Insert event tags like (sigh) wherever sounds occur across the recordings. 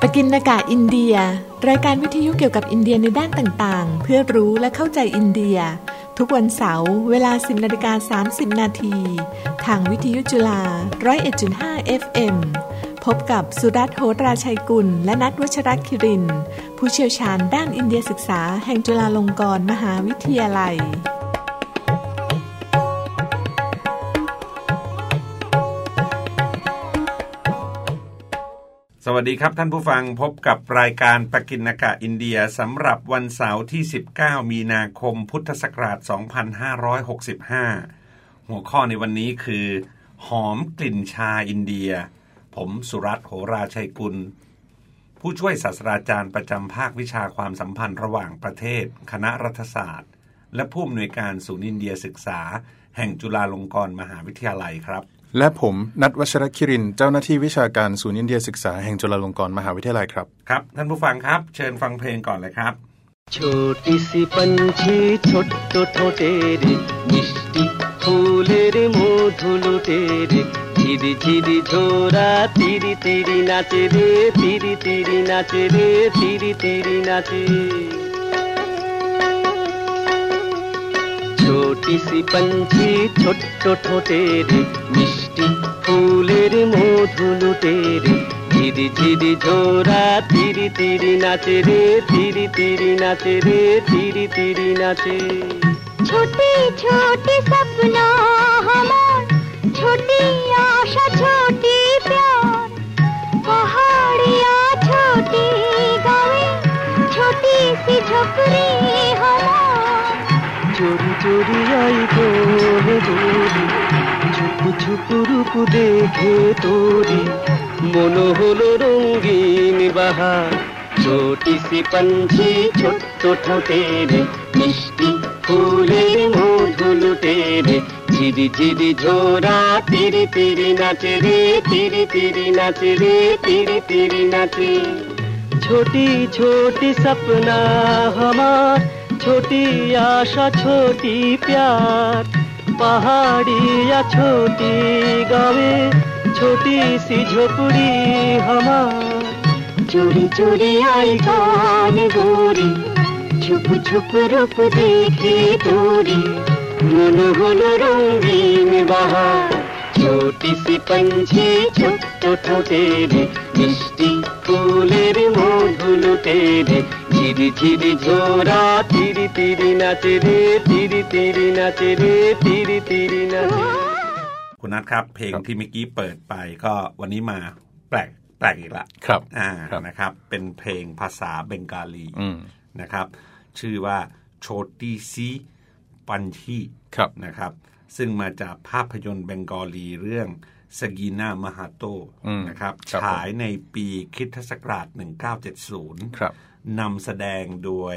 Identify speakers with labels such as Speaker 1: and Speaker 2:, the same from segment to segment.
Speaker 1: ปกินนากาอินเดีย รายการวิทยุเกี่ยวกับอินเดียในด้านต่างๆ เพื่อรู้และเข้าใจอินเดีย ทุกวันเสาร์เวลา 10นาฬิกา30 นาทีทางวิทยุจุฬา 101.5 FM พบกับสุรัตน์โหตราชัยกุล และนัทวชรคิริน ผู้เชี่ยวชาญด้านอินเดียศึกษาแห่งจุฬาลงกรณ์มหาวิทยาลัย
Speaker 2: สวัสดีครับท่านผู้ฟังพบกับรายการปกินนากะอินเดียสำหรับวันเสาร์ที่ 19 มีนาคมพุทธศักราช 2565 หัวข้อในวันนี้คือ หอมกลิ่นชาอินเดีย ผมสุรัตน์โหราชัยกุล ผู้ช่วยศาสตราจารย์ประจำภาควิชาความสัมพันธ์ระหว่างประเทศ คณะรัฐศาสตร์ และผู้อำนวยการศูนย์อินเดียศึกษา แห่งจุฬาลงกรณ์มหาวิทยาลัยครับ
Speaker 3: และผมนัทวัชรคิริน เจ้าหน้าที่วิชาการศูนย์อินเดียศึกษาแห่งจุฬาลงกรณ์มหาวิทยาลัยครับ
Speaker 2: ครับ ท่านผู้ฟังครับ เชิญฟังเพลงก่อนเลยครับ
Speaker 4: छोटी सी पंछी छोट ठोटे रे मिष्टि फूले रे मधुलुटे रे झिरी झिरी झोरा तिरी तिरी नाचे रे तिरी तिरी नाचे रे तिरी तिरी नाचे छोटी सी पंछी छोट ठोटे रे मिष्टि फूले रे मधुलुटे रे ঝিরি ঝিরি ঝোরা তিরি তিরি নাচে রে তিরি তিরি নাচে রে তিরি তিরি নাচে
Speaker 5: छोटे छोटे सपना हमार छोटी आशा छोटी प्यार पहाड़िया छोटी गावे छोटी सी झोपड़ी हमार
Speaker 4: চোরি চোরি আই তোরে দৌড়ি ঝুপু ঝুপু রূপু দেখে তোরি মন হলো রঙিন বাহার ছোটি সি পাঞ্ছি ছোট্ট ঠোঁটে রে মিষ্টি ফুলের মধু লুটে রে ঝিরি ঝিরি ঝোরা তিরি তিরি নাচে রে তিরি তিরি নাচে রে তিরি তিরি নাচে छोटी छोटी सपना हमार छोटी आशा छोटी प्यार पहाड़िया छोटी गावे छोटी सी झोपड़ी हमार चोरी चोरी आई कान गोरी छुप छुप रूप देखे दूरी गुन गुन रंगीन बहार छोटी सी पंछी छोटो ठोटे रे मिष्टि ফুলের মধুলো তেরে ঝিরি ঝিরি ঝোরা তিরি তিরি নাচে রে তিরি তিরি নাচে রে তিরি তিরি নাচে রে।
Speaker 2: คุณนัทครับ เพลง
Speaker 3: ครับ
Speaker 2: ที่เมื่อกี้เปิดไปก็วันนี้มาแปลกแปลกอีกละ
Speaker 3: ครับ
Speaker 2: อ่า
Speaker 3: ครับ
Speaker 2: นะครับ เป็นเพลงภาษาเบงกาลี
Speaker 3: อืม
Speaker 2: นะครับ ชื่อว่าโชติซีปันที
Speaker 3: ครับ
Speaker 2: นะครับ ซึ่งมาจากภาพยนตร์เบงกอลีเรื่องสกีนามหาโต
Speaker 3: อืม
Speaker 2: นะครับ
Speaker 3: ครับผม
Speaker 2: ฉายในปีคริสตศักราช 1970
Speaker 3: ครับ
Speaker 2: นำแสดงโดย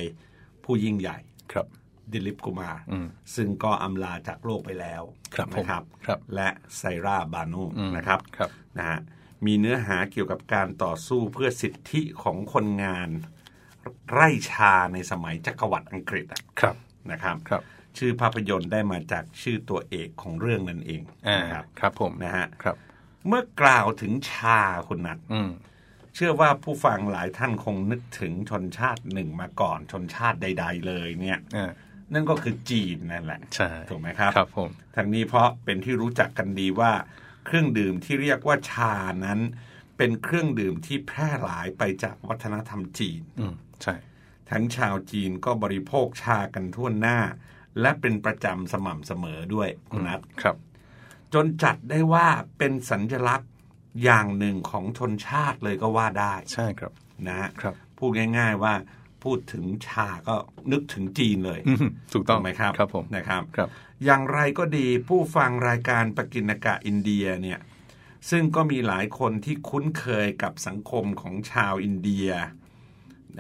Speaker 2: ผู้ยิ่งใหญ่
Speaker 3: ครับ
Speaker 2: ดิลิปกุมาร
Speaker 3: อืม
Speaker 2: ซึ่งก็อำลาจากโลกไปแล้ว
Speaker 3: ครับผม
Speaker 2: นะครับ
Speaker 3: ครับ
Speaker 2: และไซราบานู
Speaker 3: อืม
Speaker 2: นะครับ
Speaker 3: ครับ
Speaker 2: นะฮะมีเนื้อหาเกี่ยวกับการต่อสู้เพื่อสิทธิของคนงาน ไร่ชาในสมัยจักรวรรดิอังกฤษอะ
Speaker 3: ครับ
Speaker 2: นะครับ
Speaker 3: ครับ
Speaker 2: ชื่อภาพยนตร์ได้มาจากชื่อตัวเอกของเรื่องนั่นเอง
Speaker 3: อ่า
Speaker 2: นะครับ
Speaker 3: ครับผม
Speaker 2: นะฮะ
Speaker 3: ครับ
Speaker 2: เมื่อกล่าวถึงชาคุณนัท
Speaker 3: อืม
Speaker 2: เชื่อว่าผู้ฟังหลายท่านคงนึกถึงชนชาติหนึ่งมาก่อนชนชาติใด ๆ เลยเนี่ย
Speaker 3: อ่า
Speaker 2: นั่นก็คือจีนนั่นแหละ
Speaker 3: ใช่
Speaker 2: ถูกไหมครับ
Speaker 3: ครับผม
Speaker 2: ทั้งนี้เพราะเป็นที่รู้จักกันดีว่า เครื่องดื่มที่เรียกว่าชานั้น เป็นเครื่องดื่มที่แพร่หลายไปจากวัฒนธรรมจีน
Speaker 3: อืม ใช่
Speaker 2: ทั้งชาวจีนก็บริโภคชากันทั่วหน้า และเป็นประจำสม่ำเสมอด้วยคุณนัท
Speaker 3: ครับ
Speaker 2: จนจัดได้ว่าเป็นสัญลักษณ์อย่างหนึ่งของชนชาติเลยก็ว่าได้
Speaker 3: ใช่ครับ
Speaker 2: นะฮะ
Speaker 3: ครับ
Speaker 2: พูดง่าย ๆว่าพูดถึงชาก็นึกถึงจีนเลย
Speaker 3: อืมถูกต้อง
Speaker 2: ไหมครับ
Speaker 3: ครับผม
Speaker 2: นะครับ
Speaker 3: ครับ
Speaker 2: อย่างไรก็ดีผู้ฟังรายการปกินกะอินเดียเนี่ยซึ่งก็มีหลายคนที่คุ้นเคยกับสังคมของชาวอินเดีย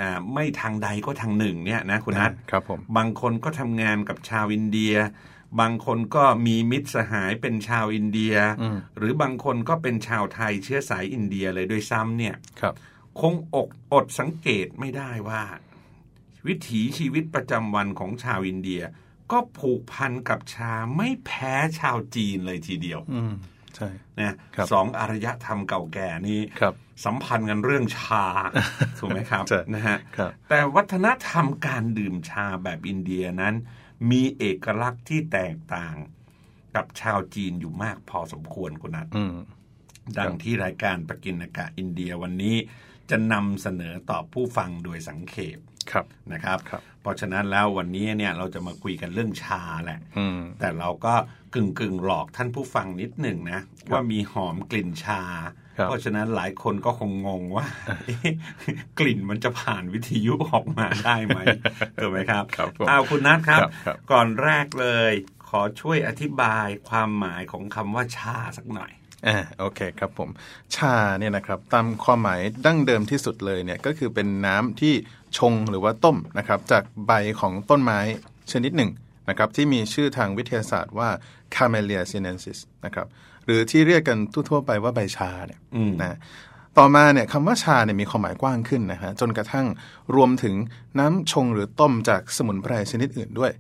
Speaker 2: อ่าไม่ทางใดก็ทางหนึ่งเนี่ยนะคุณนัท
Speaker 3: ครับผม
Speaker 2: บางคนก็ทำงานกับชาวอินเดีย บางคนก็มีมิตรสหายเป็นชาวอินเดีย
Speaker 3: อืม
Speaker 2: หรือบางคนก็เป็นชาวไทยเชื้อสายอินเดียเลยด้วยซ้ำเนี่ย
Speaker 3: ครับ
Speaker 2: คงอกอดสังเกตไม่ได้ว่า วิถีชีวิตประจำวันของชาวอินเดีย ก็ผูกพันกับชาไม่แพ้ชาวจีนเลยทีเดียว
Speaker 3: อืม ใช่
Speaker 2: นะครับ สองอารยธรรมเก่าแก่นี้
Speaker 3: ครับ
Speaker 2: สัมพันธ์กันเรื่องชา ถูกไหมครับ
Speaker 3: (laughs) ใช่
Speaker 2: นะฮะ
Speaker 3: ครับ
Speaker 2: แต่วัฒนธรรมการดื่มชาแบบอินเดียนั้น มีเอกลักษณ์ที่แตกต่างกับชาวจีนอยู่มากพอสมควรคุณนัท
Speaker 3: อืม
Speaker 2: ดังที่รายการปกินอากาศอินเดียวันนี้จะนำเสนอต่อผู้ฟังโดยสังเขป
Speaker 3: ครับ
Speaker 2: นะครับ
Speaker 3: ครับ
Speaker 2: เพราะฉะนั้นแล้ววันนี้เนี่ยเราจะมาคุยกันเรื่องชาแหละ
Speaker 3: อืม
Speaker 2: แต่เราก็กึ่งกึ่งๆหลอกท่านผู้ฟังนิดหนึ่งนะ ว่ามีหอมกลิ่นชา
Speaker 3: ครับ
Speaker 2: เพราะฉะนั้นหลายคนก็คงงง
Speaker 3: (laughs)
Speaker 2: ว่าเอ๊ะกลิ่นมันจะผ่านวิทยุออกมาได้ไห
Speaker 3: (laughs)
Speaker 2: มถูกไหมครับ
Speaker 3: ครับผม
Speaker 2: เอาคุณนัทครับ
Speaker 3: ครับครับ
Speaker 2: ก่อนแรกเลย ขอช่วยอธิบายความหมายของคำว่าชาสักหน่อย
Speaker 3: อ่าโอเคครับผม ชาเนี่ยนะครับตามความหมายดั้งเดิมที่สุดเลยเนี่ยก็คือเป็นน้ำที่ชงหรือว่าต้มนะครับจากใบของต้นไม้ชนิดหนึ่งนะครับที่มีชื่อทางวิทยาศาสตร์ว่า Camellia sinensis นะครับหรือที่เรียกกันทั่วๆไปว่าใบชาเนี่ย
Speaker 2: อืม
Speaker 3: นะ ต่อมาเนี่ยคำว่าชาเนี่ยมีความหมายกว้างขึ้นนะฮะจนกระทั่งรวมถึงน้ำชงหรือต้มจากสมุนไพรชนิดอื่นด้วย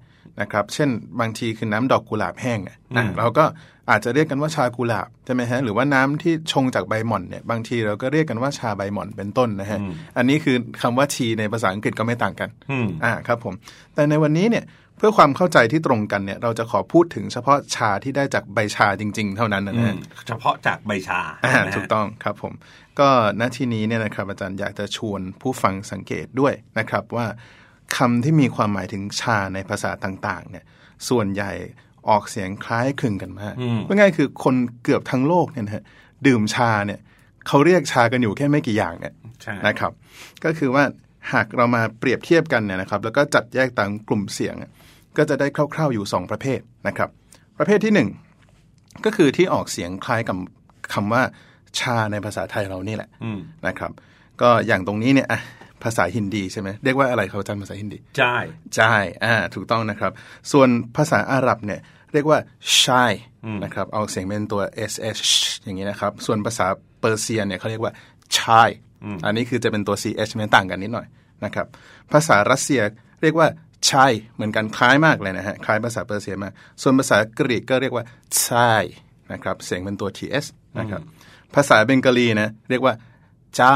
Speaker 3: นะครับ เช่นบางทีคือน้ำดอกกุหลาบแห้งเนี่ยนะเราก็อาจจะเรียกกันว่าชากุหลาบใช่ไหมฮะหรือว่าน้ำที่ชงจากใบหม่อนเนี่ยบางทีเราก็เรียกกันว่าชาใบหม่อนเป็นต้นนะฮะอันนี้คือคำว่าชีในภาษาอังกฤษก็ไม่ต่างกัน
Speaker 2: อืม
Speaker 3: อ่าครับผมแต่ในวันนี้เนี่ยเพื่อความเข้าใจที่ตรงกันเนี่ยเราจะขอพูดถึงเฉพาะชาที่ได้จากใบชาจริง ๆ เท่านั้นนะ
Speaker 2: อืม
Speaker 3: ฮะ
Speaker 2: เฉพาะจากใบชา
Speaker 3: อ่า
Speaker 2: นะฮะ
Speaker 3: ถูกต้องครับผม ก็ณที่นี้เนี่ยนะครับอาจารย์อยากจะชวนผู้ฟังสังเกตด้วยนะครับว่าคำที่มีความหมายถึงชาในภาษาต่างๆเนี่ยส่วนใหญ่ออกเสียงคล้ายคลึงกันมาก
Speaker 2: อืม
Speaker 3: ก็ง่ายๆคือคนเกือบทั้งโลกเนี่ยนะฮะดื่มชาเนี่ยเขาเรียกชากันอยู่แค่ไม่กี่อย่างเนี่ย
Speaker 2: ใช่
Speaker 3: นะครับก็คือว่าหากเรามาเปรียบเทียบกันเนี่ยนะครับแล้วก็จัดแยกตามกลุ่มเสียงอะก็จะได้คร่าวๆอยู่ 2 ประเภทนะครับ ประเภทที่ 1 ก็คือที่ออกเสียงคล้ายกับคำว่าชาในภาษาไทยเรานี่แหละ
Speaker 2: อืม
Speaker 3: นะครับ ก็อย่างตรงนี้เนี่ยอ่ะภาษาฮินดีใช่ไหมเรียกว่าอะไรครับอาจารย์ภาษาฮินดี
Speaker 2: ใช่
Speaker 3: ใช่อ่าถูกต้องนะครับ ส่วนภาษาอาหรับเนี่ยเรียกว่าชายนะครับออกเสียงเป็นตัว sh อย่างนี้นะครับ ส่วนภาษาเปอร์เซียเนี่ยเขาเรียกว่าชาย อันนี้คือจะเป็นตัว ch มันต่างกันนิดหน่อยนะครับ ภาษารัสเซียเรียกว่าชายเหมือนกันคล้ายมากเลยนะฮะคล้ายภาษาเปอร์เซียมาก ส่วนภาษากรีกก็เรียกว่าชายนะครับเสียงเป็นตัว ts นะครับภาษาเบงกาลีนะเรียกว่าจ้า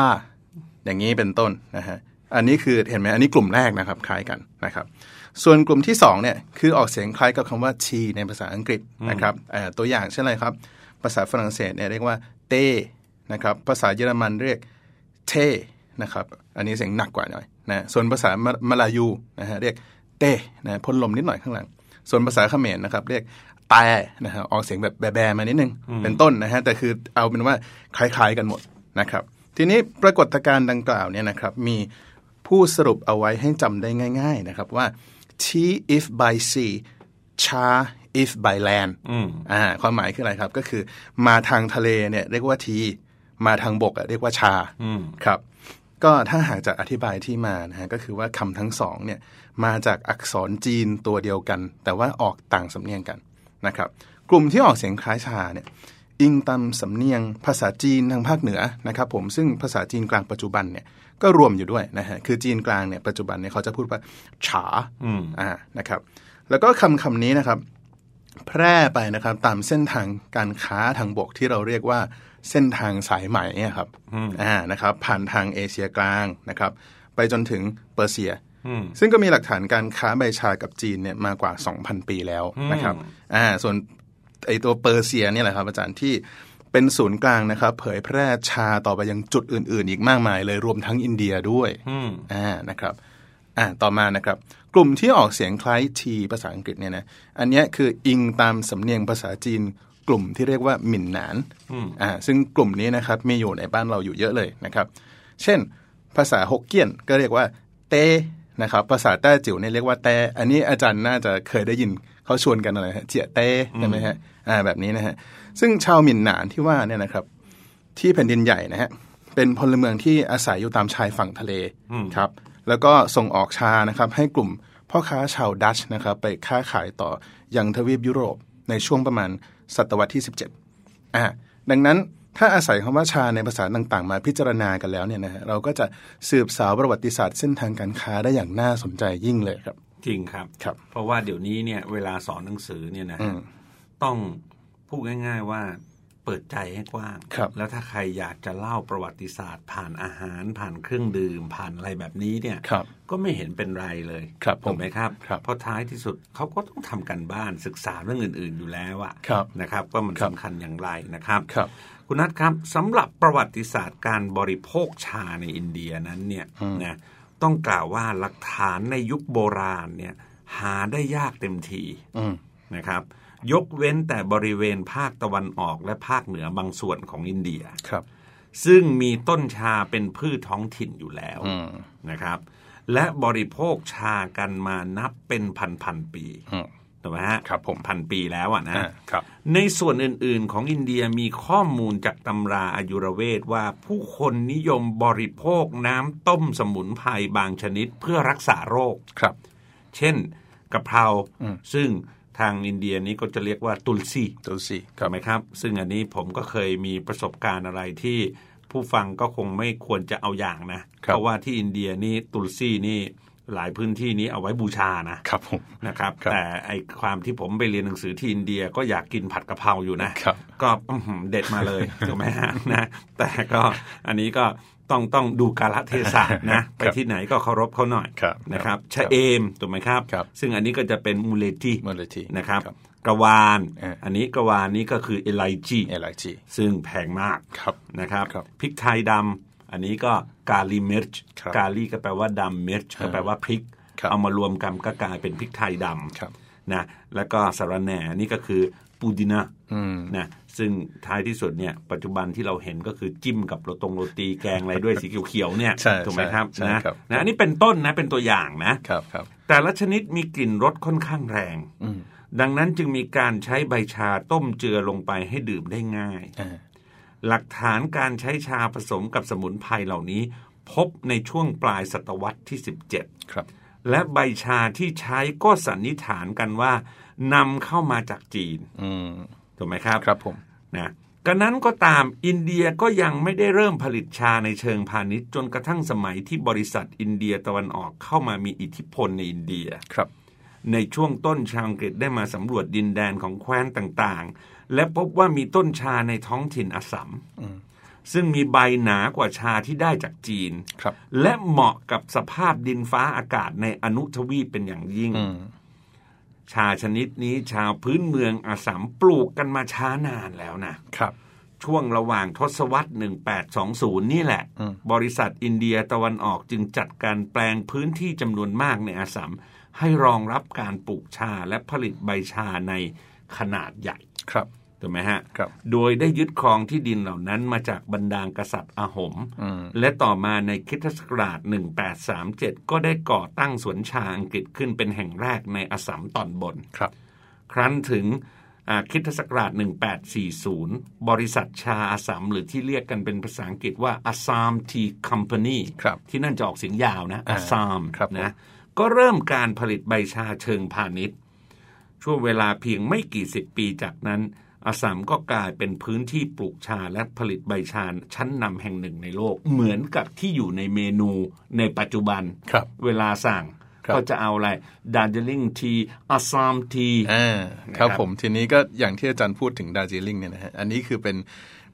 Speaker 3: อย่างนี้เป็นต้นนะฮะ อันนี้คือเห็นไหมอันนี้กลุ่มแรกนะครับคล้ายกันนะครับ ส่วนกลุ่มที่สองเนี่ยคือออกเสียงคล้ายกับคำว่าชีในภาษาอังกฤษนะครับเอ่อตัวอย่างเช่นอะไรครับ ภาษาฝรั่งเศสเนี่ยเรียกว่าเตนะครับ ภาษาเยอรมันเรียกเทนะครับ อันนี้เสียงหนักกว่าหน่อยนะ ส่วนภาษามะมาลายูนะฮะเรียกเตนะพ่นลมนิดหน่อยข้างหลัง ส่วนภาษาเขมรนะครับเรียกแต่นะฮะออกเสียงแบบแบๆมานิดนึงเป็นต้นนะฮะแต่คือเอาเป็นว่าคล้ายๆกันหมดนะครับ ทีนี้ปรากฏการณ์ดังกล่าวเนี่ยนะครับมีผู้สรุปเอาไว้ให้จำได้ง่าย ๆนะครับว่า tea if by sea ชา if by land อ่าความหมายคืออะไรครับก็คือมาทางทะเลเนี่ยเรียกว่าทีมาทางบกอะเรียกว่าชาครับ ก็ถ้าหากจะอธิบายที่มานะฮะก็คือว่าคำทั้งสองเนี่ยมาจากอักษรจีนตัวเดียวกัน แต่ว่าออกต่างสำเนียงกันนะครับ กลุ่มที่ออกเสียงคล้ายชาเนี่ยอิงตามสำเนียงภาษาจีนทางภาคเหนือนะครับผมซึ่งภาษาจีนกลางปัจจุบันเนี่ยก็รวมอยู่ด้วยนะฮะคือจีนกลางเนี่ยปัจจุบันเนี่ยเขาจะพูดว่าฉาอ่านะครับ แล้วก็คำคำนี้นะครับ แพร่ไปนะครับตามเส้นทางการค้าทางบกที่เราเรียกว่าเส้นทางสายไหมอะครับอ่านะครับ ผ่านทางเอเชียกลางนะครับ ไปจนถึงเปอร์เซีย ซึ่งก็มีหลักฐานการค้าใบชากับจีนเนี่ยมากว่า 2,000 ปีแล้วนะครับอ่าส่วนไอตัวเปอร์เซียเนี่ยแหละครับ อาจารย์ที่เป็นศูนย์กลางนะครับ เผยแพร่ชาต่อไปยังจุดอื่น ๆ อีกมากมายเลยรวมทั้งอินเดียด้วย
Speaker 2: อืม
Speaker 3: อ่า นะครับ อ่า ต่อมา นะครับ กลุ่มที่ออกเสียงคล้ายทีภาษาอังกฤษเนี่ยนะ อันเนี้ยคืออิงตามสำเนียงภาษาจีน กลุ่มที่เรียกว่าหมิ่นหนาน อ่า ซึ่งกลุ่มนี้นะครับ มีอยู่ในบ้านเราอยู่เยอะเลยนะครับ เช่น ภาษาฮกเกี้ยนก็เรียกว่าเต นะครับ ภาษาแต้จิ๋วเนี่ยเรียกว่าแต่ อันนี้อาจารย์น่าจะเคยได้ยินเขาชวนกันอะไรฮะเจียเต้ใช่ไหมฮะ อ่า แบบนี้นะฮะ ซึ่งชาวหมิ่นหนานที่ว่าเนี่ยนะครับ ที่แผ่นดินใหญ่นะฮะ เป็นพลเมืองที่อาศัยอยู่ตามชายฝั่งทะเลครับ แล้วก็ส่งออกชานะครับ ให้กลุ่มพ่อค้าชาวดัชนะครับ ไปค้าขายต่อยังทวีปยุโรปในช่วงประมาณศตวรรษที่ 17อ่าดังนั้นถ้าอาศัยคำว่าชาในภาษาต่างๆ มาพิจารณากันแล้วเนี่ยนะฮะเราก็จะสืบสาวประวัติศาสตร์เส้นทางการค้าได้อย่างน่าสนใจยิ่งเลยครับ
Speaker 2: จริงครับ
Speaker 3: ครับ
Speaker 2: เพราะว่าเดี๋ยวนี้เนี่ย เวลาสอนหนังสือเนี่ยนะ
Speaker 3: อื
Speaker 2: ฮะ
Speaker 3: ม
Speaker 2: ต้องพูดง่าย ๆว่า เปิดใจให้กว้าง
Speaker 3: ครับ
Speaker 2: แล้วถ้าใครอยากจะเล่าประวัติศาสตร์ ผ่านอาหารผ่านเครื่องดื่ม ผ่านอะไรแบบนี้เนี่ย
Speaker 3: ครับ
Speaker 2: ก็ไม่เห็นเป็นไรเลย
Speaker 3: ครับผม
Speaker 2: ถูกไหมครับ
Speaker 3: ครับ
Speaker 2: เพราะท้ายที่สุดเขาก็ต้องทำกันบ้านศึกษาเรื่องอื่น ๆ อยู่แล้วอะ
Speaker 3: ครับ
Speaker 2: นะครับว่ามัน
Speaker 3: ครับ
Speaker 2: สำคัญอย่างไรนะครับ
Speaker 3: ครับ
Speaker 2: คุณนัทครับสำหรับประวัติศาสตร์การบริโภคชาในอินเดียนั้นเนี่ย
Speaker 3: อืม
Speaker 2: นะต้องกล่าวว่าหลักฐานในยุคโบราณเนี่ยหาได้ยากเต็มที
Speaker 3: อืม
Speaker 2: นะครับยกเว้นแต่บริเวณภาคตะวันออกและภาคเหนือบางส่วนของอินเดีย
Speaker 3: ครับ
Speaker 2: ซึ่งมีต้นชาเป็นพืชท้องถิ่นอยู่แล้ว
Speaker 3: อืม
Speaker 2: นะครับ และบริโภคชากันมานับเป็นพันพันๆปี
Speaker 3: อืม
Speaker 2: ถูกไหมฮะ
Speaker 3: ครับผม
Speaker 2: พันปีแล้วอ่ะนะ
Speaker 3: อ่าครับ
Speaker 2: ในส่วนอื่นๆ ของอินเดียมีข้อมูลจากตำราอายุรเวทว่าผู้คนนิยมบริโภคน้ำต้มสมุนไพรบางชนิดเพื่อรักษาโรค
Speaker 3: ครับ
Speaker 2: เช่นกะเพรา
Speaker 3: อืม
Speaker 2: ซึ่งทางอินเดียนี้ก็จะเรียกว่าตุลซี
Speaker 3: ตัวสี่ครั
Speaker 2: ถู
Speaker 3: บ
Speaker 2: กไหมครับ ซึ่งอันนี้ผมก็เคยมีประสบการณ์อะไรที่ผู้ฟังก็คงไม่ควรจะเอาอย่างนะ
Speaker 3: ครับ
Speaker 2: เพราะว่าที่อินเดียนี่ตุลซีนี่หลายพื้นที่นี้เอาไว้บูชานะครับ
Speaker 3: ผม
Speaker 2: นะครับ
Speaker 3: ครับ
Speaker 2: แต่ไอความที่ผมไปเรียนหนังสือที่อินเดียก็อยากกินผัดกะเพราอยู่นะ
Speaker 3: ครับ
Speaker 2: ก็อื้อหือเด็ดมา
Speaker 3: (laughs)
Speaker 2: เลย ถูกไหมฮะนะแต่ก็อันนี้ก็ต้องต้องดูกาลเทศะนะไป
Speaker 3: ครับ
Speaker 2: ที่ไหนก็เคารพเขาหน่อย
Speaker 3: ครับ
Speaker 2: นะครับ
Speaker 3: ครั
Speaker 2: ชะ
Speaker 3: บ
Speaker 2: เอมถูกไหมครับ
Speaker 3: ครับ
Speaker 2: ซึ่งอันนี้ก็จะเป็นมูเลติ
Speaker 3: มูเลติ
Speaker 2: นะครับ
Speaker 3: ครับ
Speaker 2: กระวาน
Speaker 3: เอออั
Speaker 2: อันนี้กระวานนี้ก็คือเอไลจี
Speaker 3: เอลไอจี
Speaker 2: ซึ่งแพงมาก
Speaker 3: ครับ
Speaker 2: นะครับ
Speaker 3: ครับ
Speaker 2: พริกไทยดำอันนี้ก็กาลีเมิร์ช
Speaker 3: ครับ
Speaker 2: กาลีก็แปลว่าดำเมิร์ชก็แปลว่าพริก
Speaker 3: ครับ
Speaker 2: เอามารวมกันก็กลายเป็นพริกไทยดำ
Speaker 3: ครับ
Speaker 2: นะแล้วก็สาระแหน่นี่ก็คือปูดินะ
Speaker 3: อืม
Speaker 2: นะซึ่งท้ายที่สุดเนี่ยปัจจุบันที่เราเห็นก็คือจิ้มกับโรตงโรตีแกงอะไรด้วยสีเขียวๆเนี่ย
Speaker 3: ใช่
Speaker 2: ถูกไหมครับ
Speaker 3: ใช่
Speaker 2: นะครับ นะอันนี้เป็นต้นนะเป็นตัวอย่างนะ
Speaker 3: ครับครับ
Speaker 2: แต่ละชนิดมีกลิ่นรสค่อนข้างแรง
Speaker 3: อืม
Speaker 2: ดังนั้นจึงมีการใช้ใบชาต้มเจือลงไปให้ดื่มได้ง่าย
Speaker 3: อ่า
Speaker 2: หลักฐานการใช้ชาผสมกับสมุนไพรเหล่านี้ พบในช่วงปลายศตวรรษที่ 17
Speaker 3: ครับ
Speaker 2: และใบชาที่ใช้ก็สันนิษฐานกันว่านำเข้ามาจากจีน
Speaker 3: อืม
Speaker 2: ถูกไหมครับ
Speaker 3: ครับผม
Speaker 2: นะกระนั้นก็ตามอินเดียก็ยังไม่ได้เริ่มผลิตชาในเชิงพาณิชย์ จนกระทั่งสมัยที่บริษัทอินเดียตะวันออกเข้ามามีอิทธิพลในอินเดีย
Speaker 3: ครับ
Speaker 2: ในช่วงต้นชาวอังกฤษได้มาสำรวจดินแดนของแคว้นต่างๆ และพบว่ามีต้นชาในท้องถิ่นอัสสัม
Speaker 3: อืม
Speaker 2: ซึ่งมีใบหนากว่าชาที่ได้จากจีน
Speaker 3: ครับ
Speaker 2: และเหมาะกับสภาพดินฟ้าอากาศในอนุทวีปเป็นอย่างยิ่ง
Speaker 3: อืม
Speaker 2: ชาชนิดนี้ชาวพื้นเมืองอาสามปลูกกันมาช้านานแล้วนะ
Speaker 3: ครับ
Speaker 2: ช่วงระหว่างทศวรรษ 1820 นี่แหละ
Speaker 3: อืม
Speaker 2: บริษัทอินเดียตะวันออกจึงจัดการแปลงพื้นที่จำนวนมากในอาสามให้รองรับการปลูกชาและผลิตใบชาในขนาดใหญ่
Speaker 3: ครับ
Speaker 2: ถูกไหมฮะ
Speaker 3: ครับ
Speaker 2: โดยได้ยึดครองที่ดินเหล่านั้นมาจากบรรดากษัตริย์อาหม
Speaker 3: อืม
Speaker 2: และต่อมาในคริสตศักราช 1837 ก็ได้ก่อตั้งสวนชาอังกฤษขึ้นเป็นแห่งแรกในอัสสัมตอนบน
Speaker 3: ครับ
Speaker 2: ครั้นถึงอ่าคริสตศักราช 1840 บริษัทชาอาสามหรือที่เรียกกันเป็นภาษาอังกฤษว่าอาสามทีคัมพานี
Speaker 3: ครับ
Speaker 2: ที่นั่นจะออกเสียงยาวนะ
Speaker 3: อ่า
Speaker 2: อาสาม
Speaker 3: ครับผม
Speaker 2: นะก็เริ่มการผลิตใบชาเชิงพาณิชย์ ช่วงเวลาเพียงไม่กี่สิบปีจากนั้น อาสามก็กลายเป็นพื้นที่ปลูกชาและผลิตใบชาชั้นนำแห่งหนึ่งในโลก เหมือนกับที่อยู่ในเมนูในปัจจุบัน
Speaker 3: ครับ
Speaker 2: เวลาสั่ง
Speaker 3: ครับ
Speaker 2: ก็จะเอาอะไรดาร์จิลิงทีอาสามที
Speaker 3: อ่าครับ
Speaker 2: นะครับ
Speaker 3: ผมทีนี้ก็อย่างที่อาจารย์พูดถึงดาร์จิลิงเนี่ยนะฮะอันนี้คือเป็น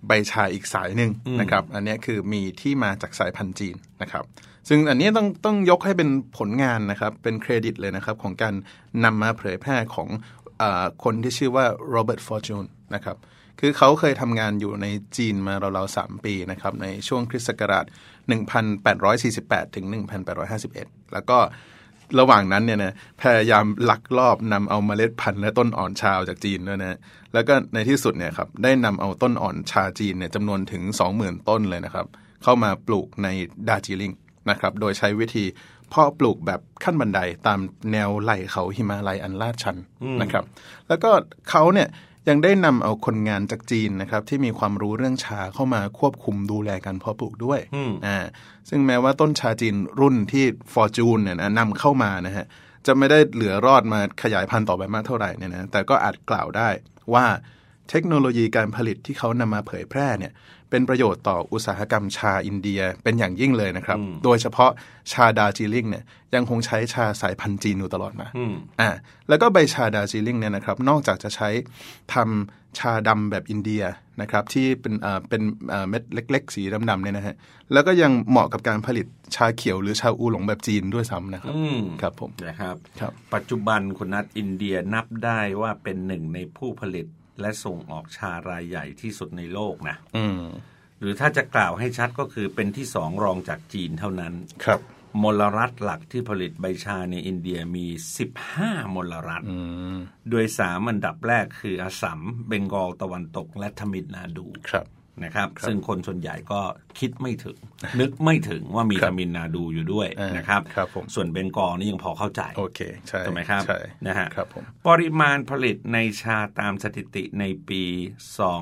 Speaker 3: ใบชาอีกสายหนึ่ง
Speaker 2: อืม
Speaker 3: นะครับ อันเนี้ยคือมีที่มาจากสายพันธุ์จีนนะครับ ซึ่งอันเนี้ยต้องต้องยกให้เป็นผลงานนะครับเป็นเครดิตเลยนะครับ ของการนำมาเผยแพร่ของอาคนที่ชื่อว่าโรเบิร์ตฟอร์จูนนะครับ คือเขาเคยทำงานอยู่ในจีนมาราวๆ3 ปีนะครับ ในช่วงคริสต์ศักราช 1848 ถึง 1851 แล้วก็ ระหว่างนั้นเนี่ยนะพยายามลักลอบนำเอาเมล็ดพันธุ์และต้นอ่อนชาจากจีนด้วยนะแล้วก็ในที่สุดเนี่ยครับได้นำเอาต้นอ่อนชาจีนเนี่ยจำนวนถึง 20,000 ต้นเลยนะครับ เข้ามาปลูกในดาจิลิงนะครับ โดยใช้วิธีเพาะปลูกแบบขั้นบันไดตามแนวไหล่เขาหิมาลัยอันลาดชันนะครับ แล้วก็เขาเนี่ยยังได้นำเอาคนงานจากจีนนะครับ ที่มีความรู้เรื่องชาเข้ามาควบคุมดูแลการเพาะปลูกด้วย
Speaker 2: อืม
Speaker 3: อ่า ซึ่งแม้ว่าต้นชาจีนรุ่นที่ฟอร์จูนเนี่ยนะนำเข้ามานะฮะจะไม่ได้เหลือรอดมาขยายพันธุ์ต่อไปมากเท่าไหร่เนี่ยนะแต่ก็อาจกล่าวได้ว่าเทคโนโลยีการผลิตที่เขานำมาเผยแพร่เนี่ยเป็นประโยชน์ต่ออุตสาหกรรมชาอินเดียเป็นอย่างยิ่งเลยนะครับ โดยเฉพาะชาดาจิลิงเนี่ยยังคงใช้ชาสายพันธุ์จีนอยู่ตลอดมา
Speaker 2: อืม
Speaker 3: อ่าแล้วก็ใบชาดาร์จิลิงเนี่ยนะครับนอกจากจะใช้ทำ ชาดำแบบอินเดียนะครับที่เป็นเอ่อเป็นเอ่อเม็ดเล็ก ๆ สีดำๆเนี่ยนะฮะแล้วก็ยังเหมาะกับการผลิตชาเขียวหรือชาอูหลงแบบจีนด้วยซ้ำนะครับ
Speaker 2: อืม
Speaker 3: ครับผม
Speaker 2: นะครับ
Speaker 3: ครับ
Speaker 2: ปัจจุบันคุณนัทอินเดียนับได้ว่าเป็นหนึ่งในผู้ผลิตและส่งออกชารายใหญ่ที่สุดในโลกนะ
Speaker 3: อืม
Speaker 2: หรือถ้าจะกล่าวให้ชัดก็คือเป็นที่สองรองจากจีนเท่านั้น
Speaker 3: ครับ
Speaker 2: มลรัฐหลักที่ผลิตใบชาในอินเดียมี 15 มลรัฐ
Speaker 3: อืม
Speaker 2: โดยสามอันดับแรกคืออาสัมเบงกอลตะวันตก และทมิฬนาดู
Speaker 3: ครับ
Speaker 2: นะครับ ซึ่งคนส่วนใหญ่ก็คิดไม่ถึง (laughs) นึกไม่ถึงว่ามี
Speaker 3: ครั
Speaker 2: ท
Speaker 3: บ
Speaker 2: มิฬนาดูอยู่ด้วย
Speaker 3: อ่าน
Speaker 2: นะครับ
Speaker 3: ครับผม
Speaker 2: ส่วนเบงกอลนี่ยังพอเข้าใจ
Speaker 3: โอเคใช่
Speaker 2: ถูกไหมครับ
Speaker 3: ใช่
Speaker 2: นะฮะ
Speaker 3: ครับผม
Speaker 2: ปริมาณผลิตในชาตามสถิติในปี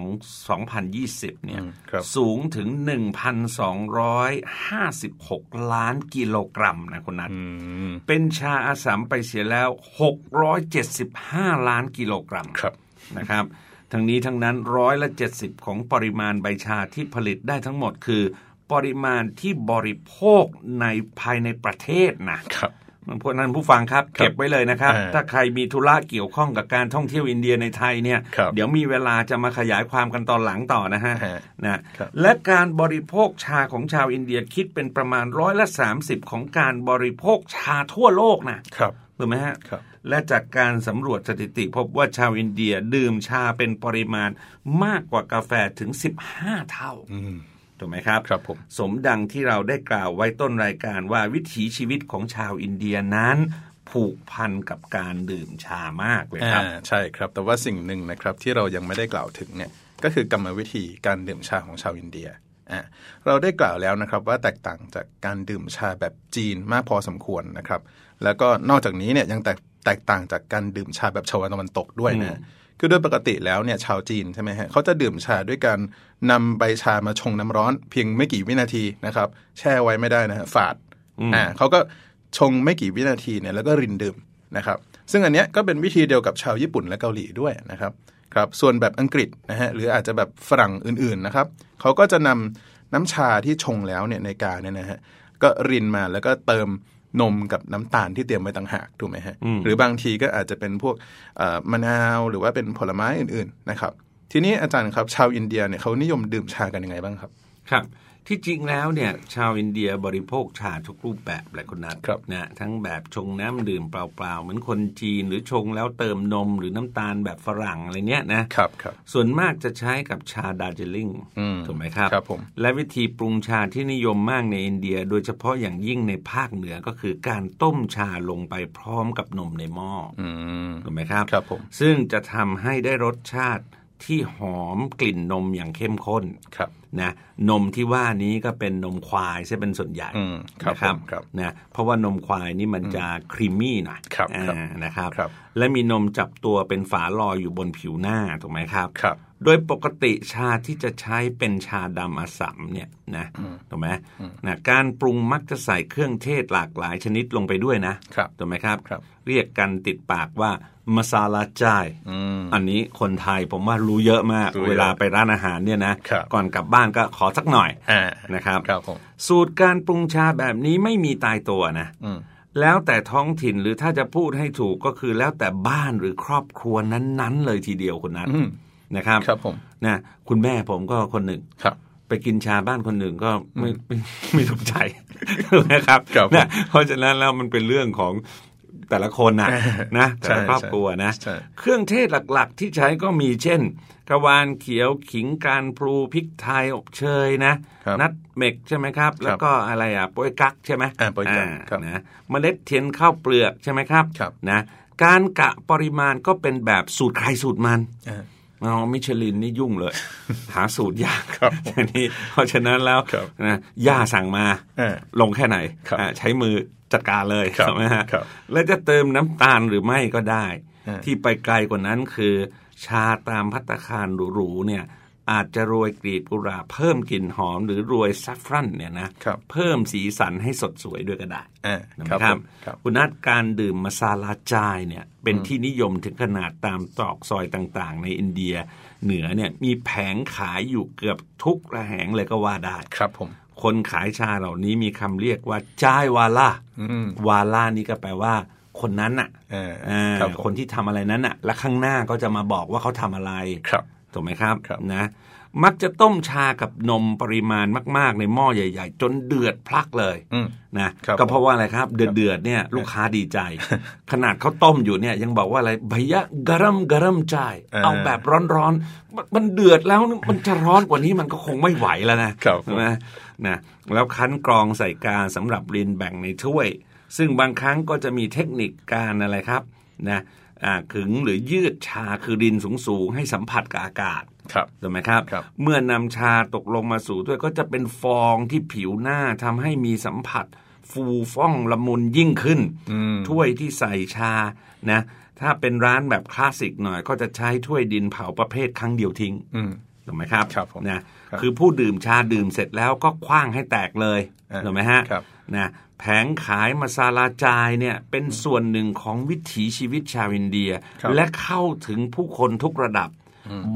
Speaker 2: 2 2020 เนี่ย
Speaker 3: อืมครับ
Speaker 2: สูงถึง 1,256 ล้านกิโลกรัมนะคุณนัท
Speaker 3: อืม
Speaker 2: เป็นชาอาสามไปเสียแล้ว 675 ล้านกิโลกรัม
Speaker 3: ครับ
Speaker 2: นะครับ ทั้งนี้ทั้งนั้นร้อยละ70 ของปริมาณใบชาที่ผลิตได้ทั้งหมดคือ ปริมาณที่บริโภคในภายในประเทศนะ
Speaker 3: ครับ
Speaker 2: พวกนั้นผู้ฟังครับ
Speaker 3: ครับ
Speaker 2: เก็บไว้เลยนะครับ
Speaker 3: เออ
Speaker 2: ถ้าใครมีธุระเกี่ยวข้องกับการท่องเที่ยวอินเดียในไทยเนี่ย
Speaker 3: ครับ
Speaker 2: เดี๋ยวมีเวลาจะมาขยายความกันตอนหลังต่อนะฮะ
Speaker 3: ฮะ
Speaker 2: นะครับ และการบริโภคชาของชาวอินเดียคิดเป็นประมาณร้อยละสาของการบริโภคชาทั่วโลกนะครับ ถูกไหมฮะ
Speaker 3: ครับ
Speaker 2: และจากการสำรวจสถิติพบว่าชาวอินเดียดื่มชาเป็นปริมาณมากกว่ากาแฟถึง 15 เท่า
Speaker 3: อืม
Speaker 2: ถูกไหมครับ
Speaker 3: ครับผม
Speaker 2: สมดังที่เราได้กล่าวไว้ต้นรายการว่าวิถีชีวิตของชาวอินเดียนั้น ผูกพันกับการดื่มชามากเลยครับ
Speaker 3: อ่าใช่ครับ แต่ว่าสิ่งหนึ่งนะครับที่เรายังไม่ได้กล่าวถึงเนี่ยก็คือกรรมวิธีการดื่มชาของชาวอินเดียอ่ะเราได้กล่าวแล้วนะครับว่าแตกต่างจากการดื่มชาแบบจีนมากพอสมควรนะครับ แล้วก็นอกจากนี้เนี่ยยังแตกแตกต่างจากการดื่มชาแบบชาวตะวันตกด้วยนะ คือโดยปกติแล้วเนี่ยชาวจีนใช่ไหมฮะเขาจะดื่มชาด้วยการนำใบชามาชงน้ำร้อน เพียงไม่กี่วินาทีนะครับ แช่ไว้ไม่ได้นะฮะฝาดอ่าเขาก็ชงไม่กี่วินาทีเนี่ยแล้วก็รินดื่มนะครับ ซึ่งอันเนี้ยก็เป็นวิธีเดียวกับชาวญี่ปุ่นและเกาหลีด้วยนะครับครับส่วนแบบอังกฤษนะฮะหรืออาจจะแบบฝรั่งอื่นๆนะครับเขาก็จะนำน้ำชาที่ชงแล้วเนี่ยในกาเนี่ยนะฮะก็รินมาแล้วก็เติมนมกับน้ำตาลที่เตรียมไว้ต่างหากถูกไหมฮะ
Speaker 2: อืม
Speaker 3: หรือบางทีก็อาจจะเป็นพวกเอ่อมะนาวหรือว่าเป็นผลไม้อื่นๆนะครับ ทีนี้อาจารย์ครับชาวอินเดียเนี่ยเขานิยมดื่มชากันยังไงบ้างครับ
Speaker 2: ครับ ที่จริงแล้วเนี่ยชาวอินเดียบริโภคชาทุกรูปแบบแหละคุณนัท
Speaker 3: ครับ
Speaker 2: นะทั้งแบบชงน้ำดื่มเปล่าๆ เหมือนคนจีนหรือชงแล้วเติมนมหรือน้ำตาลแบบฝรั่งอะไรเนี้ยนะครับ
Speaker 3: ครับ
Speaker 2: ส่วนมากจะใช้กับชาดาร์จิลิง
Speaker 3: อืม
Speaker 2: ถูกไหมครับ
Speaker 3: ครับผม
Speaker 2: และวิธีปรุงชาที่นิยมมากในอินเดีย โดยเฉพาะอย่างยิ่งในภาคเหนือก็คือการต้มชาลงไปพร้อมกับนมในหม้ออ
Speaker 3: อืม
Speaker 2: ถูกไหมครับ
Speaker 3: ครับผม
Speaker 2: ซึ่งจะทำให้ได้รสชาติที่หอมกลิ่นนมอย่างเข้มข้น
Speaker 3: ครับ
Speaker 2: นะนมที่ว่านี้ก็เป็นนมควายใช่เป็นส่วนใหญ่
Speaker 3: อืมครั
Speaker 2: นะ
Speaker 3: บผมครับ
Speaker 2: นะเพราะว่านมควายนี่มันจะครีมมี่หน่อย
Speaker 3: ครับ
Speaker 2: อ่า
Speaker 3: ครับ
Speaker 2: นะครับ
Speaker 3: ครับ
Speaker 2: และมีนมจับตัวเป็นฝาลอยอยู่บนผิวหน้าถูกไหมครับ
Speaker 3: ครับ
Speaker 2: โดยปกติชาที่จะใช้เป็นชาดำอาสัมเนี่ยนะถูกไหมนะการปรุงมักจะใส่เครื่องเทศหลากหลายชนิดลงไปด้วยนะครับ ถูกไหมครับ
Speaker 3: ครับ
Speaker 2: เรียกกันติดปากว่ามาซาลาจาย
Speaker 3: อืม
Speaker 2: อันนี้คนไทยผมว่ารู้เยอะมาก
Speaker 3: รู้เยอะ
Speaker 2: เวลาไปร้านอาหารเนี่ยนะครับ ก่อนกลับบ้านก็ขอสักหน่อย
Speaker 3: อ่า
Speaker 2: นะครับ
Speaker 3: ครับผม
Speaker 2: สูตรการปรุงชาแบบนี้ไม่มีตายตัวนะ
Speaker 3: อืม
Speaker 2: แล้วแต่ท้องถิ่นหรือถ้าจะพูดให้ถูกก็คือแล้วแต่บ้านหรือครอบครัวนั้นๆ เลยทีเดียวคุณนัท
Speaker 3: อืม
Speaker 2: นะครับ
Speaker 3: ครับผม
Speaker 2: นะคุณแม่ผมก็คนหนึ่ง
Speaker 3: ครับ
Speaker 2: ไปกินชาบ้านคนหนึ่งก็ไม่ไม่ไม่ถูกใจ (laughs) นะครับ
Speaker 3: ครับผม
Speaker 2: นะเพราะฉะนั้นแล้วมันเป็นเรื่องของแต่ละคนนะนะแต่ละ
Speaker 3: ใช่
Speaker 2: ครอบครัวนะ
Speaker 3: ใช่ใช่
Speaker 2: เครื่องเทศหลักๆ ที่ใช้ก็มีเช่น กระวานเขียวขิงการพลูพริกไทยอบเชยนะ
Speaker 3: ครับ
Speaker 2: นัดเมกใช่ไหมครับ แล้วก็อะไรอ่ะโป๊ยกักใช่ไหม
Speaker 3: อ่าโป๊ยกั๊ก
Speaker 2: อ่า
Speaker 3: ครับ
Speaker 2: นะเมล็ดเทียนข้าวเปลือกใช่ไหมครับ
Speaker 3: ครับ
Speaker 2: นะการกะปริมาณก็เป็นแบบสูตรใครสูตรมัน
Speaker 3: อ่า
Speaker 2: อ๋อมิชลินนี่ยุ่งเลย
Speaker 3: (laughs)
Speaker 2: หาสูตรยาก
Speaker 3: ครับ
Speaker 2: ทีนี้เพราะฉะนั้นแล้ว
Speaker 3: ครับ
Speaker 2: นะย่าสั่งมา
Speaker 3: เออ
Speaker 2: ลงแค่ไหน
Speaker 3: ครับ
Speaker 2: อ่ะใช้มือจัดการเลย
Speaker 3: ครับ
Speaker 2: ใช่ไหมฮะ
Speaker 3: ครับ
Speaker 2: แล้วจะเติมน้ำตาลหรือไม่ก็ได้
Speaker 3: เออ
Speaker 2: ที่ไปไกลกว่านั้นคือ ชาตามพัตตาคารหรูๆเนี่ย อาจจะโรยกรีบกุหลาบเพิ่มกลิ่นหอมหรือโรยซัฟฟรันเนี่ยนะครับ เพิ่มสีสันให้สดสวยด้วยก็ได้
Speaker 3: อ่า
Speaker 2: นะ
Speaker 3: ค
Speaker 2: ค
Speaker 3: รั
Speaker 2: รั
Speaker 3: บบ ผมครับ
Speaker 2: คุณนัทการดื่มมาซาลาจายเนี่ยเป็นที่นิยมถึงขนาดตามตรอกซอยต่างๆ ในอินเดีย เหนือเนี่ยมีแผงขายอยู่เกือบทุกระแหงเลยก็ว่าได้
Speaker 3: ครับผม
Speaker 2: คนขายชาเหล่านี้มีคำเรียกว่าจายวาลา
Speaker 3: อืม
Speaker 2: วาลานี่ก็แปลว่า คนนั้นน่ะ
Speaker 3: เออ
Speaker 2: เออ
Speaker 3: ครับผม
Speaker 2: คนที่ทำอะไรนั้นน่ะ และข้างหน้าก็จะมาบอกว่าเขาทำอะไร
Speaker 3: ครับ
Speaker 2: ถูกไหมครับ
Speaker 3: ครับ
Speaker 2: นะ มักจะต้มชากับนมปริมาณมาก ๆ ในหม้อใหญ่ ๆ จนเดือดพลักเลย
Speaker 3: อืม
Speaker 2: นะครับ ก็เพราะว่าอะไรครับ เดือดเดือดๆเนี่ยลูกค้าดีใจ ขนาดเขาต้มอยู่เนี่ยยังบอกว่าอะไรบะยะกระมกระมใจ
Speaker 3: เออ
Speaker 2: เอาแบบร้อนๆมันมันเดือดแล้วมันจะร้อนกว่านี้มันก็คงไม่ไหวแล้วนะครับ ใช่ไหม นะแล้วคั้นกรองใส่กาสำหรับรินแบ่งในถ้วย ซึ่งบางครั้งก็จะมีเทคนิคการอะไรครับนะอ่าขึงหรือยืดชาคือรินสูงๆ ให้สัมผัสกับอากาศ
Speaker 3: ครับ
Speaker 2: ถูกไหมครับ
Speaker 3: ครับ
Speaker 2: เมื่อนำชาตกลงมาสู่ถ้วยก็จะเป็นฟองที่ผิวหน้าทำให้มีสัมผัส ฟูฟ่องละมุนยิ่งขึ้น
Speaker 3: อืม
Speaker 2: ถ้วยที่ใส่ชานะถ้าเป็นร้านแบบคลาสสิกหน่อย ก็จะใช้ถ้วยดินเผาประเภทครั้งเดียวทิ้ง
Speaker 3: อืม
Speaker 2: ถูกไหมครับ
Speaker 3: ครับผม
Speaker 2: นะครับ คือผู้ดื่มชาดื่มเสร็จแล้วก็คว้างให้แตกเลย
Speaker 3: เออ
Speaker 2: ถูกไหมฮะ
Speaker 3: ครับ
Speaker 2: นะแผงขายมาซาลาจายเนี่ยเป็นส่วนหนึ่งของวิถีชีวิตชาวอินเดีย
Speaker 3: ครับ
Speaker 2: และเข้าถึงผู้คนทุกระดับ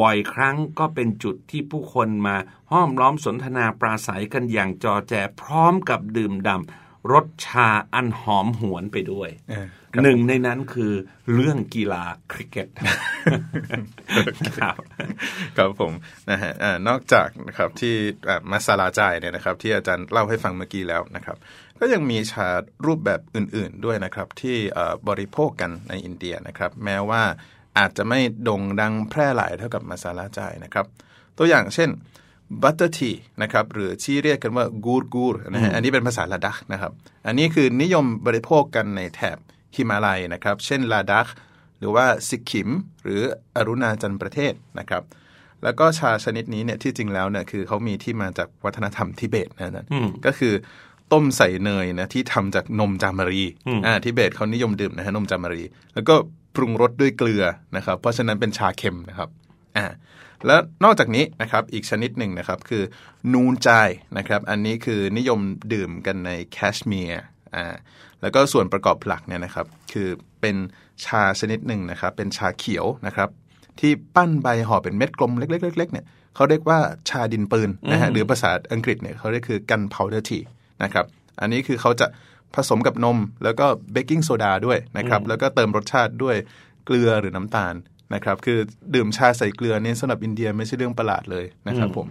Speaker 2: บ่อยครั้งก็เป็นจุดที่ผู้คนมาห้อมล้อมสนทนาปราศัยกันอย่างจอแจพร้อมกับดื่มด่ำรสชาอันหอมหวนไปด้วย
Speaker 3: เออครับ
Speaker 2: หนึ่งในนั้นคือเรื่องกีฬาคริกเก็ต ครับ
Speaker 3: ครับผมนะฮะอ่านอกจากนะครับที่อ่ามาซาลาจายเนี่ยนะครับ ที่อาจารย์เล่าให้ฟังเมื่อกี้แล้วนะครับ ก็ยังมีชารูปแบบอื่นๆด้วยนะครับ ที่เอ่อบริโภคกันในอินเดียนะครับ แม้ว่าอาจจะไม่โด่งดังแพร่หลายเท่ากับมาซาลาจายนะครับ ตัวอย่างเช่นบัตเตอร์ทีนะครับหรือที่เรียกกันว่ากูรกูรนะฮะอันนี้เป็นภาษาลาดักนะครับ อันนี้คือนิยมบริโภคกันในแถบฮิมาลัยนะครับ เช่นลาดัก หรือว่าสิกขิม หรืออรุณาจันประเทศนะครับ แล้วก็ชาชนิดนี้เนี่ยที่จริงแล้วเนี่ยคือเขามีที่มาจากวัฒนธรรมทิเบตนะนะ
Speaker 2: อืม
Speaker 3: ก็คือต้มใส่เนยนะที่ทำจากนมจามรี
Speaker 2: อืม
Speaker 3: อ่าทิเบตเขานิยมดื่มนะฮะนมจามรี แล้วก็ปรุงรสด้วยเกลือนะครับ เพราะฉะนั้นเป็นชาเค็มนะครับอ่าแล้วนอกจากนี้นะครับอีกชนิดหนึ่งนะครับคือนูนจายนะครับอันนี้คือนิยมดื่มกันในแคชเมียร์อ่าแล้วก็ส่วนประกอบหลักเนี่ยนะครับ คือเป็นชาชนิดหนึ่งนะครับเป็นชาเขียวนะครับ ที่ปั้นใบห่อเป็นเม็ดกลมเล็กๆๆเนี่ยเขาเรียกว่าชาดินปืนนะฮะหรือภาษาอังกฤษเนี่ยเขาเรียกคือกันพาวเดอร์ทีนะครับ อันนี้คือเขาจะผสมกับนมแล้วก็เบกกิ้งโซดาด้วยนะครับ แล้วก็เติมรสชาติด้วยเกลือหรือน้ำตาลนะครับ คือดื่มชาใส่เกลือเนี่ยสำหรับอินเดียไม่ใช่เรื่องประหลาดเลยนะครับผม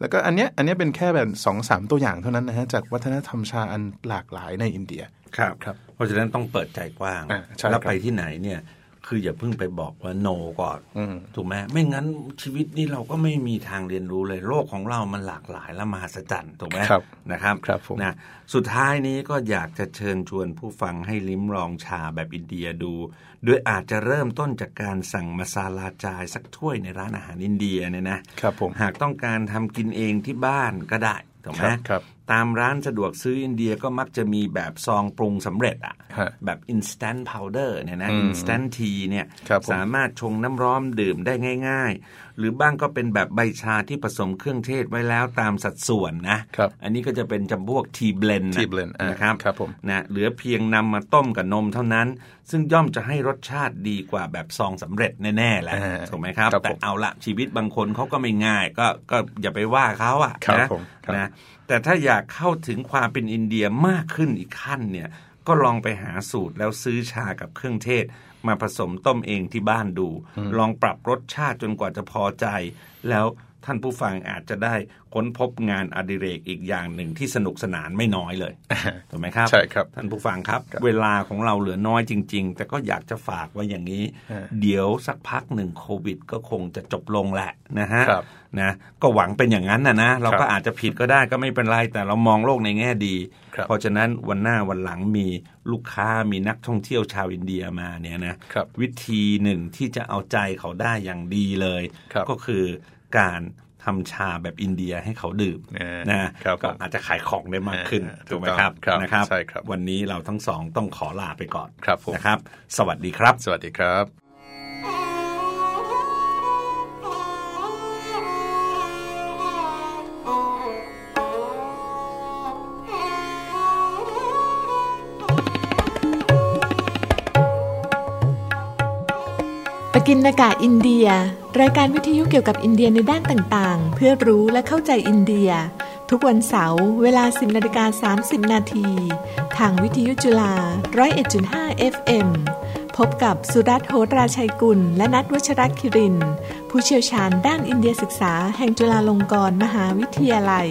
Speaker 3: แล้วก็อันเนี้ยอันเนี้ยเป็นแค่แบบสองสามตัวอย่างเท่านั้นนะฮะจากวัฒนธรรมชาอันหลากหลายในอินเดีย
Speaker 2: ครับ
Speaker 3: ครับ
Speaker 2: เพราะฉะนั้นต้องเปิดใจกว้าง
Speaker 3: อ่าใช่
Speaker 2: แล้ว
Speaker 3: ครับ
Speaker 2: ไปที่ไหนเนี่ย คืออย่าเพิ่งไปบอกว่าโนก่อน
Speaker 3: อืม
Speaker 2: ถูกไหมไม่งั้นชีวิตนี่เราก็ไม่มีทางเรียนรู้เลย โลกของเรามันหลากหลายและมหัศจรรย์ถูกไหม
Speaker 3: ครับ
Speaker 2: นะครับ
Speaker 3: ครับผม
Speaker 2: นะสุดท้ายนี้ก็อยากจะเชิญชวนผู้ฟังให้ลิ้มลองชาแบบอินเดียดู โดยอาจจะเริ่มต้นจากการสั่งมาซาลาจายสักถ้วยในร้านอาหารอินเดียเนี่ยนะ
Speaker 3: ครับผม
Speaker 2: หากต้องการทำกินเองที่บ้านก็ได้ถูกไหม
Speaker 3: ครับครับ
Speaker 2: ตามร้านสะดวกซื้ออินเดียก็มักจะมีแบบซองปรุงสำเร็จอะ
Speaker 3: ฮะ
Speaker 2: แบบ instant powder เนี่ยนะ
Speaker 3: อืม
Speaker 2: instant tea เนี่ย
Speaker 3: ครับผม
Speaker 2: สามารถชงน้ำร้อนดื่มได้ง่าย ๆ หรือบ้างก็เป็นแบบใบชาที่ผสมเครื่องเทศไว้แล้วตามสัดส่วนนะครับ อันนี้ก็จะเป็นจำพวก tea blend นะ
Speaker 3: tea blend อ่ะ
Speaker 2: นะครับ
Speaker 3: ครับผม
Speaker 2: นะเหลือเพียงนำมาต้มกับนมเท่านั้น ซึ่งย่อมจะให้รสชาติดีกว่าแบบซองสำเร็จแน่ๆแหละ
Speaker 3: อ่า
Speaker 2: ถูกไหมครับ
Speaker 3: ครับ
Speaker 2: แต่
Speaker 3: ผม
Speaker 2: เอาละชีวิตบางคนเขาก็ไม่ง่ายก็ก็อย่าไปว่าเขาอะ
Speaker 3: ครับ
Speaker 2: นะ
Speaker 3: ผมครับ
Speaker 2: นะแต่ถ้าอยากเข้าถึงความเป็นอินเดียมากขึ้นอีกขั้นเนี่ย ก็ลองไปหาสูตรแล้วซื้อชากับเครื่องเทศ มาผสมต้มเองที่บ้านดู ลองปรับรสชาติจนกว่าจะพอใจ แล้วท่านผู้ฟังอาจจะได้ค้นพบงานอดิเรกอีกอย่างหนึ่งที่สนุกสนานไม่น้อยเลย (laughs) ถูกไหมครับ
Speaker 3: ใช่ครับ
Speaker 2: ท่านผู้ฟังครับ
Speaker 3: ครับ
Speaker 2: เวลาของเราเหลือน้อยจริง ๆ แต่ก็อยากจะฝากไว้อย่างนี้
Speaker 3: ฮะ
Speaker 2: เดี๋ยวสักพักหนึ่งโควิดก็คงจะจบลงแหละนะฮะ
Speaker 3: ครับ
Speaker 2: นะก็หวังเป็นอย่างนั้นนะนะเรา
Speaker 3: ครั
Speaker 2: ก็
Speaker 3: บ
Speaker 2: อาจจะผิดก็ได้ก็ไม่เป็นไรแต่เรามองโลกในแง่ดี
Speaker 3: ครับ
Speaker 2: เพราะฉะนั้นวันหน้าวันหลังมีลูกค้ามีนักท่องเที่ยวชาวอินเดียมาเนี่ยนะ
Speaker 3: ครับ
Speaker 2: วิธีหนึ่งที่จะเอาใจเขาได้อย่างดีเลย
Speaker 3: ครับ
Speaker 2: ก็คือการทำชาแบบอินเดียให้เขาดื่ม
Speaker 3: เออ
Speaker 2: นะครับก็
Speaker 3: ผม
Speaker 2: อาจจะขายของได้มากขึ้น
Speaker 3: เออ
Speaker 2: ถูกไหมครับ
Speaker 3: ถูกต้องครับ
Speaker 2: นะครับ
Speaker 3: ใช่ครับ
Speaker 2: วันนี้เราทั้งสองต้องขอลาไปก่อน
Speaker 3: ครับผม
Speaker 2: นะครับ สวัสดีครับ
Speaker 3: สวัสดีครับ
Speaker 1: ปกินนากาอินเดีย รายการวิทยุเกี่ยวกับอินเดียในด้านต่างๆ เพื่อรู้และเข้าใจอินเดีย ทุกวันเสาร์เวลา 10นาฬิกา30 นาที ทางวิทยุจุฬา 101.5 FM พบกับสุรัตน์โหตราชัยกุล และนัทวัชรคิรินทร์ผู้เชี่ยวชาญด้านอินเดียศึกษาแห่งจุฬาลงกรณ์มหาวิทยาลัย